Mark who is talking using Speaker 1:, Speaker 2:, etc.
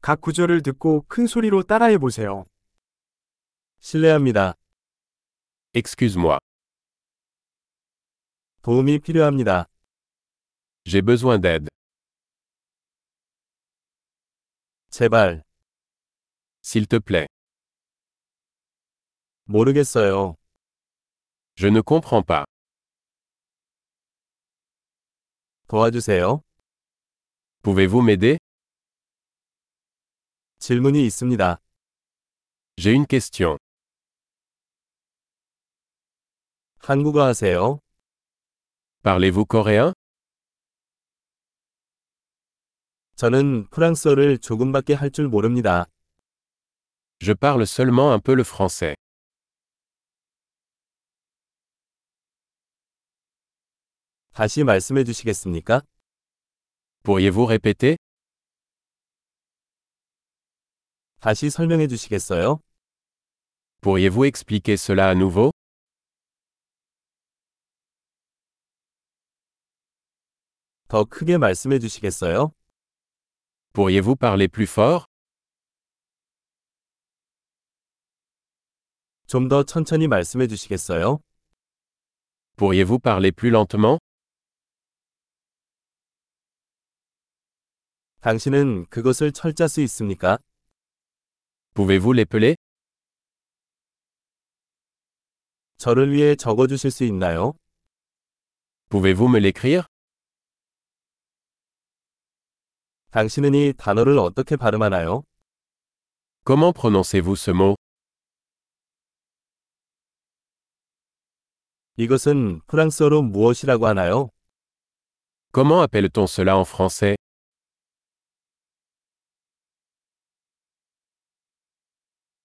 Speaker 1: 각 구절을 듣고 큰 소리로 따라해 보세요. 실례합니다.
Speaker 2: Excuse-moi.
Speaker 1: 도움이 필요합니다.
Speaker 2: J'ai besoin d'aide.
Speaker 1: 제발.
Speaker 2: S'il te plaît.
Speaker 1: 모르겠어요.
Speaker 2: Je ne comprends pas.
Speaker 1: 도와주세요.
Speaker 2: Pouvez-vous m'aider
Speaker 1: 질문이 있습니다.
Speaker 2: J'ai une question.
Speaker 1: 한국어 하세요?
Speaker 2: Parlez-vous coréen
Speaker 1: 저는 프랑스어를 조금밖에 할 줄 모릅니다.
Speaker 2: Je parle seulement un peu le français.
Speaker 1: 다시 말씀해 주시겠습니까?
Speaker 2: Pourriez-vous répéter
Speaker 1: 다시 설명해 주시겠어요?
Speaker 2: Pourriez-vous expliquer cela à nouveau
Speaker 1: 더 크게 말씀해 주시겠어요?
Speaker 2: Pourriez-vous parler plus fort
Speaker 1: 좀 더 천천히 말씀해 주시겠어요?
Speaker 2: Pourriez-vous parler plus lentement
Speaker 1: 당신은 그것을 철자 수 있습니까?
Speaker 2: Pouvez-vous l'épeler
Speaker 1: 저를 위해 적어 주실 수 있나요?
Speaker 2: Pouvez-vous me l'écrire
Speaker 1: 당신은 이 단어를 어떻게 발음하나요?
Speaker 2: Comment prononcez-vous ce mot
Speaker 1: 이것은 프랑스어로 무엇이라고 하나요?
Speaker 2: Comment appelle-t-on cela en français